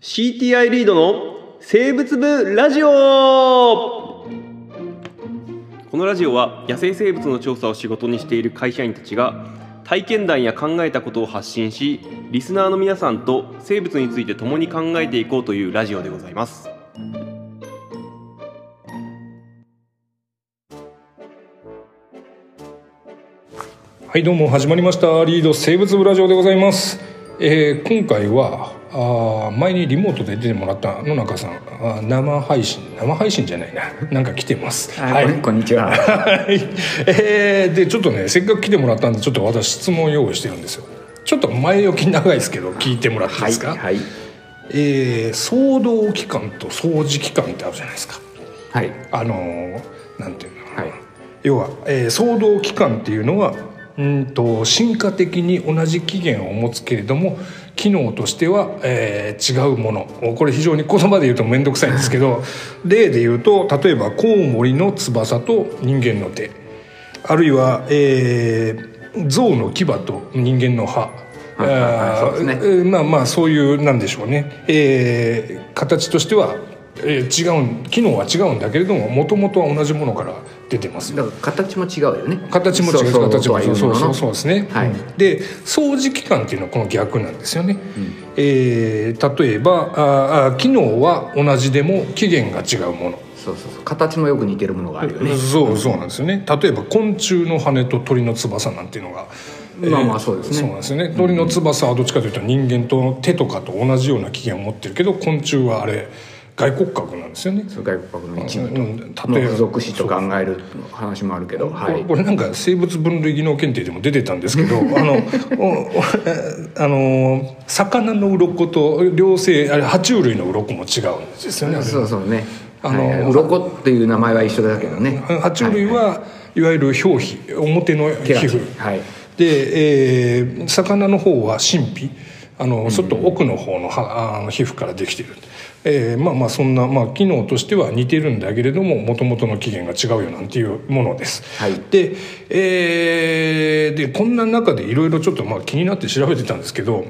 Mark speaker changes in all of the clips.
Speaker 1: CTI リードの生物部ラジオこのラジオは野生生物の調査を仕事にしている会社員たちが体験談や考えたことを発信しリスナーの皆さんと生物について共に考えていこうというラジオでございます
Speaker 2: はいどうも始まりましたリード生物ブラジオでございます、えー今回はあー前にリモートで出てもらった野中さんあー生配信生配信じゃないななんか来てます
Speaker 3: あ
Speaker 2: はい
Speaker 3: こんこんにちは。
Speaker 2: はいえーでちょっとねせっかく来てもらったんでちょっと私質問用意してるんですよちょっと前置き長いですけど聞いてもらっていいですか、
Speaker 3: はい。
Speaker 2: えー騒動期間と掃除期間ってあるじゃないですか
Speaker 3: はい。
Speaker 2: あのーなんていうのかな
Speaker 3: はい。
Speaker 2: 要は、えー騒動期間っていうのはうんと進化的に同じ起源を持つけれども機能としては、えー違うものこれ非常に言葉で言うと面倒くさいんですけど例で言うと例えばコウモリの翼と人間の手あるいは、えー、象の牙と人間の歯
Speaker 3: はいはいはい
Speaker 2: あー
Speaker 3: そうですね
Speaker 2: えーまあまあそういうなんでしょうね、えー形としては、えー違うん機能は違うんだけれどももともとは同じものから出てます
Speaker 3: だから形も違うよね。
Speaker 2: 形も違う
Speaker 3: そうそう
Speaker 2: 形も違う
Speaker 3: そ
Speaker 2: そうう
Speaker 3: そ
Speaker 2: そ
Speaker 3: う
Speaker 2: うそうですね、
Speaker 3: はい
Speaker 2: うんで掃除期間っていうのはこの逆なんですよね、えー例えばあーあー機能は同じでも期限が違うもの
Speaker 3: そうそうそう。形もよく似てるものがあるよね。
Speaker 2: そうそうなんですよね例えば昆虫の羽と鳥の翼なんていうのが
Speaker 3: まあまあそうですね
Speaker 2: そうなんですよね鳥の翼はどっちかというと人間と手とかと同じような期限を持ってるけど昆虫はあれ外骨格なんですよね
Speaker 3: そう外国の一部
Speaker 2: う
Speaker 3: と
Speaker 2: ん
Speaker 3: の
Speaker 2: 例えば
Speaker 3: 付属詞と考える話もあるけど、はい
Speaker 2: これ。これなんか生物分類技能検定でも出てたんですけ どあのおおあの魚の鱗と両生あれ爬虫類の鱗も違うんですよねあれ
Speaker 3: そうそうね。
Speaker 2: あ
Speaker 3: あ
Speaker 2: の
Speaker 3: の、はい、鱗っていう名前は一緒だけどね。
Speaker 2: 爬虫類はいわゆる表皮表の皮
Speaker 3: 手が
Speaker 2: 膚
Speaker 3: はい。
Speaker 2: で、えー魚の方は神秘あのちょっと奥の方のはあの皮膚からできている、えーまあまあそんな、まあ、機能としては似てるんだけれどももともとの起源が違うよなんていうものです、
Speaker 3: はい
Speaker 2: で,、えーでこんな中でいろいろちょっとまあ気になって調べてたんですけど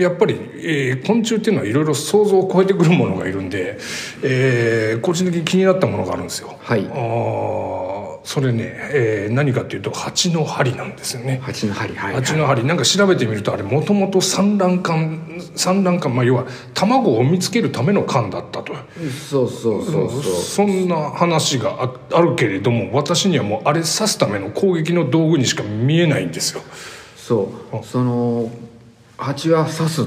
Speaker 2: やっぱり、えー昆虫っていうのはいろいろ想像を超えてくるものがいるんで、えー個人的に気になったものがあるんですよ。
Speaker 3: はい
Speaker 2: あーそれね、えー何かっていうと蜂の針なんですよね。
Speaker 3: 蜂の針はい。
Speaker 2: 蜂の針なんか調べてみるとあれもともと産卵管産卵管、まあ、要は卵を産みつけるための管だったと
Speaker 3: そうそうそうそう。
Speaker 2: そんな話がああるけれども私にはもうあれ刺すための攻撃の道具にしか見えないんですよ
Speaker 3: そう。その蜂は刺すっ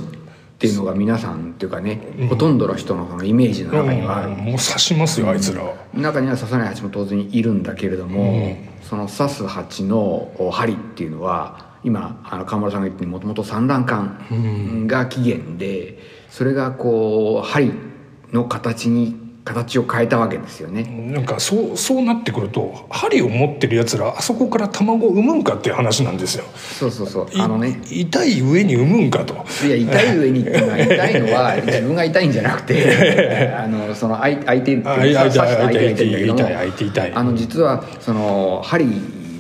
Speaker 3: ていうのが皆さんっていうかね、ほとんどの人のイメージの中にはある。
Speaker 2: もう刺しますよあいつらは、
Speaker 3: 中には刺さない蜂も当然いるんだけれども、その刺す蜂のお針っていうのは今あの河村さんが言ってもともと産卵管が起源で、それがこう針の形に形を変えたわけですよね。
Speaker 2: なんかそうそうなってくると針を持ってるやつらあそこから卵を産むんかっていう話なんですよ
Speaker 3: そうそうそう
Speaker 2: い
Speaker 3: あのね
Speaker 2: 痛い上に産むんかと
Speaker 3: いや痛い上にっていうのは痛いのは自分が痛いんじゃなくてあのその相相手って
Speaker 2: あい
Speaker 3: いう
Speaker 2: や
Speaker 3: か刺
Speaker 2: 痛い
Speaker 3: した相手が
Speaker 2: 痛
Speaker 3: 痛い
Speaker 2: い
Speaker 3: んだ
Speaker 2: 痛
Speaker 3: け
Speaker 2: い
Speaker 3: ども
Speaker 2: 痛い痛い痛い
Speaker 3: あの実はその針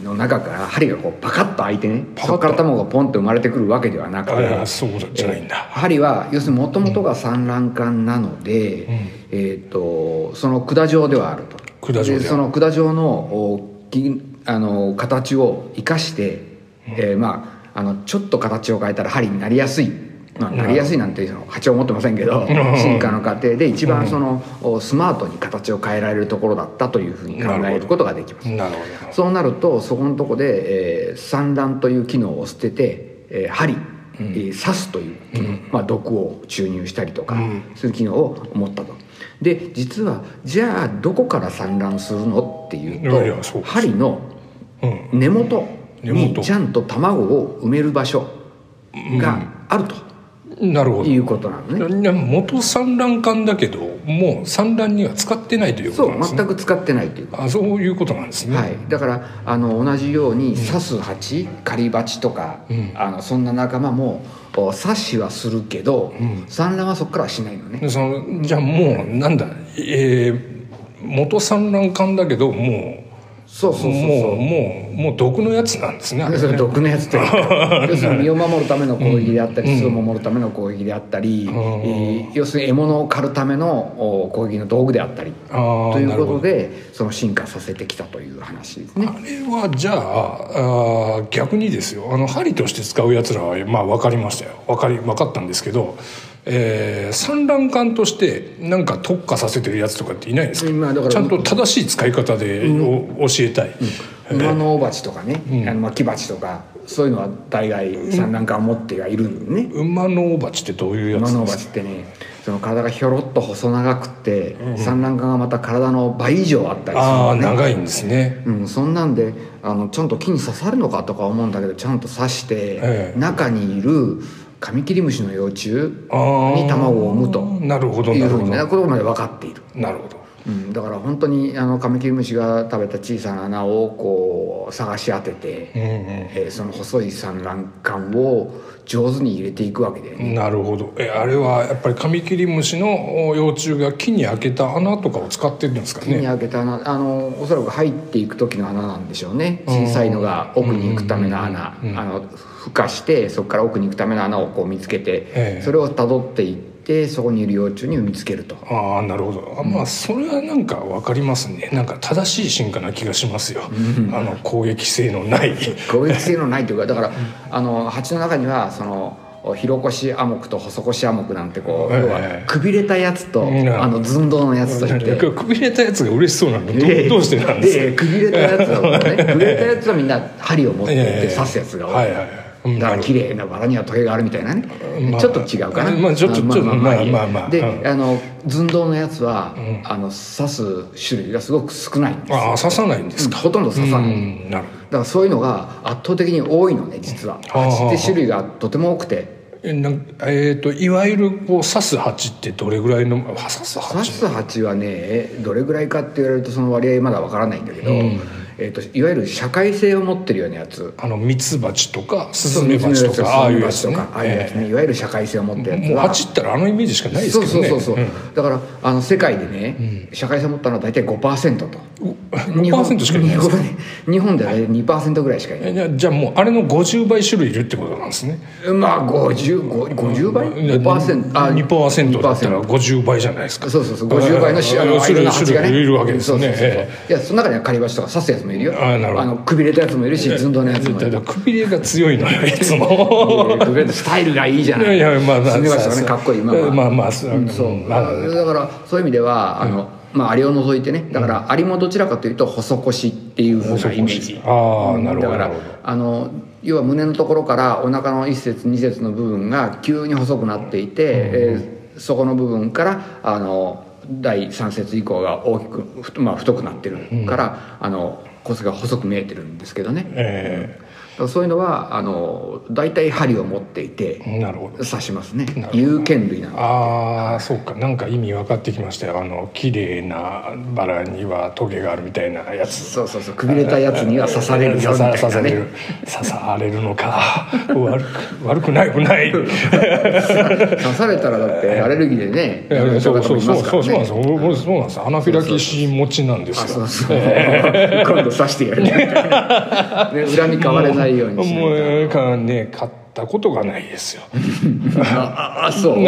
Speaker 3: の中から針がこうパカッと開いてねそこから卵がポンと生まれてくるわけではなくて、
Speaker 2: ああそうじゃないんだ、
Speaker 3: 針は要するにもともとが産卵管なので、えー、とその管状ではあると
Speaker 2: 管状である
Speaker 3: その管状のおきあの形を生かして、えーまあ、あのちょっと形を変えたら針になりやすい、まあ、なりやすいなんていうの波長持ってませんけど、進化の過程で一番その、おスマートに形を変えられるところだったというふうに考えることができます。
Speaker 2: なるほど
Speaker 3: そうなるとそこのとこで、えー産卵という機能を捨てて、えー針、えー刺すという機能、まあ、毒を注入したりとかする機能を持ったと。で実はじゃあどこから産卵するのっていうと
Speaker 2: いやいやそうです
Speaker 3: 針の
Speaker 2: うん
Speaker 3: 根元
Speaker 2: 根
Speaker 3: に
Speaker 2: 元
Speaker 3: ちゃんと卵を埋める場所がある
Speaker 2: なるほ
Speaker 3: と
Speaker 2: ど
Speaker 3: いうことなのね。
Speaker 2: いや元産卵管だけどもう産卵には使ってないというこ
Speaker 3: そ
Speaker 2: となん
Speaker 3: う
Speaker 2: ですね
Speaker 3: 全く使ってないという
Speaker 2: あそういうことなんですね、
Speaker 3: はい、だからあの同じように刺す蜂、狩り蜂とか、あのそんな仲間もお刺しはするけど、産卵はそこからはしないのね。
Speaker 2: でそのじゃあもうなんだえー元産卵管だけどもう
Speaker 3: そうそうそう
Speaker 2: も
Speaker 3: そうう
Speaker 2: もうもう毒のやつなんですねあ
Speaker 3: なん
Speaker 2: れ
Speaker 3: で
Speaker 2: ね
Speaker 3: それ毒のやつというか要するに身を守るための攻撃であったり、巣を守るための攻撃であったり、
Speaker 2: ん
Speaker 3: えー要するに獲物を狩るためのお攻撃の道具であったり
Speaker 2: あー
Speaker 3: という
Speaker 2: なる
Speaker 3: こ
Speaker 2: ほど
Speaker 3: とでその進化させてきたという話ですね
Speaker 2: あ。れはじゃああー逆にですよあの針として使うやつらはまあ分かりましたよ分かり分かったんですけど、えー産卵管としてなんか特化させてるやつとかっていないんですか,、
Speaker 3: まあだから
Speaker 2: ちゃんと正しい使い方でお教えたい、
Speaker 3: 馬のオバチとかね、あのまあ木鉢とかそういうのは大概産卵管を持ってはいるんでね。
Speaker 2: 馬のオバチってどういうや
Speaker 3: 馬
Speaker 2: つで
Speaker 3: のオ
Speaker 2: す
Speaker 3: バ
Speaker 2: か
Speaker 3: チってねその体がひょろっと細長くて、産卵管がまた体の倍以上あったりする
Speaker 2: ああ
Speaker 3: のね
Speaker 2: 長いんですね
Speaker 3: うん、そんなんであのちゃんと木に刺さるのかとか思うんだけどちゃんと刺して、
Speaker 2: ええ
Speaker 3: 中にいるカミキリムシの幼虫
Speaker 2: あー
Speaker 3: に卵を産むと
Speaker 2: なるほど
Speaker 3: い
Speaker 2: な
Speaker 3: う
Speaker 2: る
Speaker 3: ふう
Speaker 2: ほ
Speaker 3: にな
Speaker 2: ど
Speaker 3: ことまで分かっている、
Speaker 2: なるほど
Speaker 3: うん、だから本当にあのカミキリムシが食べた小さな穴をこう探し当てて、
Speaker 2: うん
Speaker 3: えーその細い産卵管を上手に入れていくわけで、
Speaker 2: うんなるほどえあれはやっぱりカミキリムシのお幼虫が木に開けた穴とかを使ってるんですか
Speaker 3: 手に
Speaker 2: ね
Speaker 3: 開けた穴あのおそらく入っていく時の穴なんでしょうね小さいのが奥に行くための穴あの孵化してそこから奥に行くための穴をこう見つけ
Speaker 2: え
Speaker 3: て
Speaker 2: え
Speaker 3: それをたどっていってそこにいる幼虫に見つけると
Speaker 2: ああなるほどあまあそれはなんか分かりますねなんか正しい進化な気がしますよあの攻撃性のない
Speaker 3: 攻撃性のないというかだからあの蜂の中にはその広腰アモクと細腰アモクなんてこう
Speaker 2: ええ
Speaker 3: 要はくびれたやつと
Speaker 2: うん
Speaker 3: あの寸胴のやつといって
Speaker 2: くびれたやつが嬉しそうなのどう
Speaker 3: ええ
Speaker 2: どうしてなんですか
Speaker 3: ええくびれたやつだもん ねくびれたやつはみんな針を持って
Speaker 2: え
Speaker 3: い
Speaker 2: え
Speaker 3: て刺すやつが多
Speaker 2: はいいはいはいうん
Speaker 3: だ
Speaker 2: な
Speaker 3: から
Speaker 2: るほ
Speaker 3: 綺
Speaker 2: ど
Speaker 3: 麗なバラにはトゲがあるみたいなね、
Speaker 2: まあ
Speaker 3: ちょっと違うかな、
Speaker 2: まあちょっとちょっとまあ
Speaker 3: いい
Speaker 2: まあまあ
Speaker 3: で、
Speaker 2: うん
Speaker 3: あの寸胴のやつは、あの刺す種類がすごく少ないんですよ
Speaker 2: ああ刺さないんですか
Speaker 3: ほとんど刺さない、だ
Speaker 2: うんなるほど
Speaker 3: からそういうのが圧倒的に多いのね実は
Speaker 2: あ
Speaker 3: 蜂って種類がとても多くて
Speaker 2: えなんえー、といわゆるこう刺す蜂ってどれぐらいのあ刺す
Speaker 3: 刺
Speaker 2: 蜂
Speaker 3: す蜂はねどれぐらいかって言われるとその割合まだわからないんだけど、えー、といわゆる社会性を持ってるようなやつ
Speaker 2: あのミツバチとかスズメバチとかああいうやつ
Speaker 3: と
Speaker 2: ね
Speaker 3: かああいうやつね、いわゆる社会性を持ってる
Speaker 2: えー
Speaker 3: やつ
Speaker 2: もう
Speaker 3: は
Speaker 2: 蜂ったらあのイメージしかないですけどね
Speaker 3: そうそうそうそう、だからあの世界でね、社会性を持ったのは大体5%と
Speaker 2: 5%しかいないんですか
Speaker 3: 日本日本では大体2%ぐらいしかいない、
Speaker 2: えじゃあじゃあもうあれの50倍種類いるってことなんですね
Speaker 3: まあ 50, 50倍5%あ
Speaker 2: 2%だったら
Speaker 3: 2%
Speaker 2: 50倍じゃないですか
Speaker 3: そうそうそう50倍のし
Speaker 2: あ
Speaker 3: あ
Speaker 2: の
Speaker 3: の
Speaker 2: 種
Speaker 3: 間
Speaker 2: 類
Speaker 3: の蜂がね
Speaker 2: 種類いるわけですよね
Speaker 3: そうそうそう
Speaker 2: え
Speaker 3: いやその中には狩りバチとか刺すやつもいるよ
Speaker 2: あーなるほど
Speaker 3: のくびれたやつもいるし寸胴のやつもい
Speaker 2: だ
Speaker 3: る
Speaker 2: からくびれが強いのよいつ
Speaker 3: いや
Speaker 2: も
Speaker 3: いやくびれたスタイルがいいじ ゃ
Speaker 2: い
Speaker 3: な
Speaker 2: や
Speaker 3: い
Speaker 2: いやまあまあ
Speaker 3: すねばしとかねかっこいいまあまあ
Speaker 2: まあまあそう
Speaker 3: そう、
Speaker 2: まあ
Speaker 3: だからそういう意味ではあの、まあ、アリを除いてねだからアリもどちらかというと細腰っていうふうなイメージ
Speaker 2: ああなるほど
Speaker 3: だか
Speaker 2: な
Speaker 3: ら
Speaker 2: るほど
Speaker 3: あの要は胸のところからお腹の一節二節の部分が急に細くなっていて、えーそこの部分からあの第三節以降が大きく、ふまあ、太くなってるから、あの骨が細く見えてるんですけどね、
Speaker 2: え
Speaker 3: だからそういうのはあの大体針を持っていて
Speaker 2: えなるほど
Speaker 3: 刺しますね有剣類なの
Speaker 2: ああそうかなんか意味分かってきましたよあの綺麗なバラにはトゲがあるみたいなやつ
Speaker 3: そうそうそうくびれたやつには刺されるよみた
Speaker 2: 刺
Speaker 3: い
Speaker 2: さ
Speaker 3: な、ね、
Speaker 2: 刺される刺されるのか悪く悪くないくない
Speaker 3: 刺されたらだってアレルギーでね、やめ
Speaker 2: え
Speaker 3: る
Speaker 2: えそ
Speaker 3: 人
Speaker 2: う
Speaker 3: 方
Speaker 2: そうそう
Speaker 3: もいますか
Speaker 2: そうそうなんですよ俺
Speaker 3: らね
Speaker 2: 俺そうなんですよアナフィラキシー持ちなんです
Speaker 3: あ
Speaker 2: よ
Speaker 3: そうそう今度刺してやるみたいな、 ね、恨み買われないようにし
Speaker 2: もう
Speaker 3: ない
Speaker 2: ええかね買ったことがないですよ
Speaker 3: とあ あそう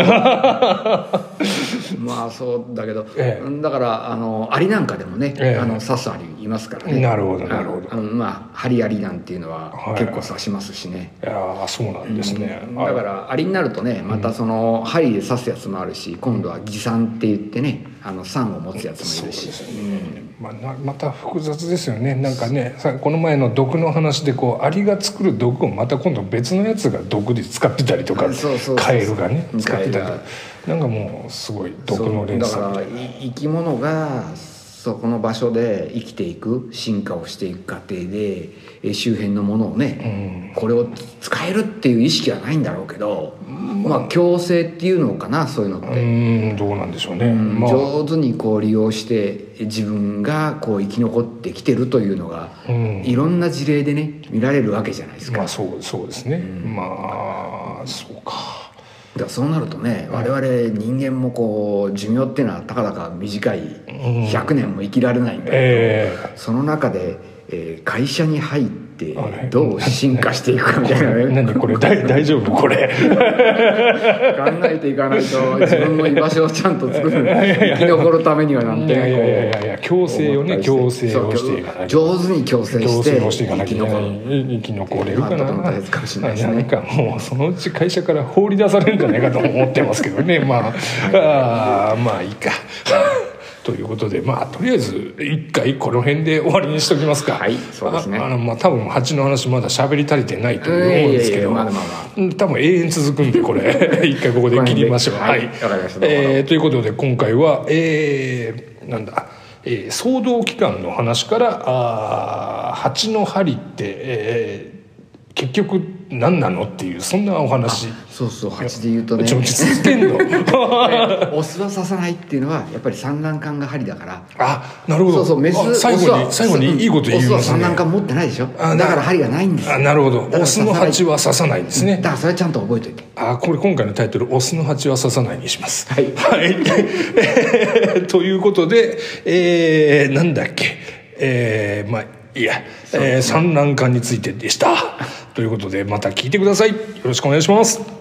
Speaker 3: まあそうだけど、
Speaker 2: え
Speaker 3: だからあのアリなんかでもね、
Speaker 2: ええ
Speaker 3: あの刺すアリいますからね
Speaker 2: なるほどなるほど
Speaker 3: あのまあハリアリなんていうの
Speaker 2: は
Speaker 3: はい結構刺しますしね、
Speaker 2: いやーそうなんですね、あ
Speaker 3: だからアリになるとねまたその針で刺すやつもあるし今度は擬酸って言ってねあの酸を持つやつもいるし
Speaker 2: まあ、なまた複雑ですよねなんかねさこの前の毒の話でこうアリが作る毒をまた今度別のやつが毒で使ってたりとか
Speaker 3: うんそうそうそう
Speaker 2: カエルがね
Speaker 3: うん
Speaker 2: 使ってたりと
Speaker 3: カエ
Speaker 2: かなんかもうすごい毒の連
Speaker 3: そうだ
Speaker 2: 鎖
Speaker 3: からい生き物がそこの場所で生きていく進化をしていく過程でえ周辺のものをね、これを使えるっていう意識はないんだろうけど、まあ共生っていうのかなそういうの
Speaker 2: う
Speaker 3: って、
Speaker 2: ーんどうなんでしょうね、まあ
Speaker 3: 上手にこう利用して自分がこう生き残ってきてるというのが、
Speaker 2: うん
Speaker 3: いろんな事例でね見られるわけじゃないですか。
Speaker 2: まあそうそうですね、まあそうか
Speaker 3: だからそうなるとね我々人間もこう寿命っていうのはたかだか短い100年も生きられないんだけど、
Speaker 2: え
Speaker 3: その中でえー会社に入って
Speaker 2: あれ
Speaker 3: どう進化していくかみたい なね
Speaker 2: 何これ大大丈夫これ
Speaker 3: 考えていかないと自分の居場所をちゃんと作 る生き残るためにはなん
Speaker 2: い
Speaker 3: て
Speaker 2: やいやいやい
Speaker 3: ね
Speaker 2: やいや強制をね
Speaker 3: 思
Speaker 2: 強
Speaker 3: ったりし
Speaker 2: 制をして
Speaker 3: て
Speaker 2: いかないと
Speaker 3: そう上手に強制
Speaker 2: 強
Speaker 3: し
Speaker 2: 制
Speaker 3: て
Speaker 2: をしていかな
Speaker 3: 生
Speaker 2: き
Speaker 3: き
Speaker 2: ゃいけ
Speaker 3: 残
Speaker 2: な
Speaker 3: る
Speaker 2: い生き残れるか
Speaker 3: まあ
Speaker 2: な
Speaker 3: とても大切かもしれないですね
Speaker 2: なんかもうそのうち会社から放り出されるんじゃないかと思ってますけど ねまああーまあいいかということでまあとりあえず一回この辺で終わりにしときますか
Speaker 3: はいそうですね
Speaker 2: ああのまあ多分蜂の話まだ喋り足りてないと思うんですけど
Speaker 3: いやいやいやまだまだ
Speaker 2: うん多分永遠続くんでこ れ一回ここで切りましょう
Speaker 3: この辺ではいわかりましたどうもどうも
Speaker 2: えーということで今回はえーなんだ、えー騒動期間の話からあー蜂の針って、えー結局何なのっていうそんなお話
Speaker 3: そうそう蜂で言うとね
Speaker 2: ちょちょ続けん の
Speaker 3: オスは刺さないっていうのはやっぱり産卵管が針だから
Speaker 2: あなるほど
Speaker 3: そうそうメス
Speaker 2: あ最
Speaker 3: オス
Speaker 2: 後
Speaker 3: は
Speaker 2: に最後にいいこと言い
Speaker 3: オスは
Speaker 2: ます
Speaker 3: 産
Speaker 2: ね
Speaker 3: 卵管持ってないでしょ
Speaker 2: あな
Speaker 3: だから針がないんです
Speaker 2: あなるほど
Speaker 3: だから
Speaker 2: オスの蜂は刺さないんですね
Speaker 3: だからそれはちゃんと覚えといて
Speaker 2: あこれ今回のタイトル「オスの蜂は刺さない」にします。
Speaker 3: はい
Speaker 2: はい ということで、えー、なんだっけえー、まあいいや、えー産卵管についてでした。ということでまた聞いてください。よろしくお願いします。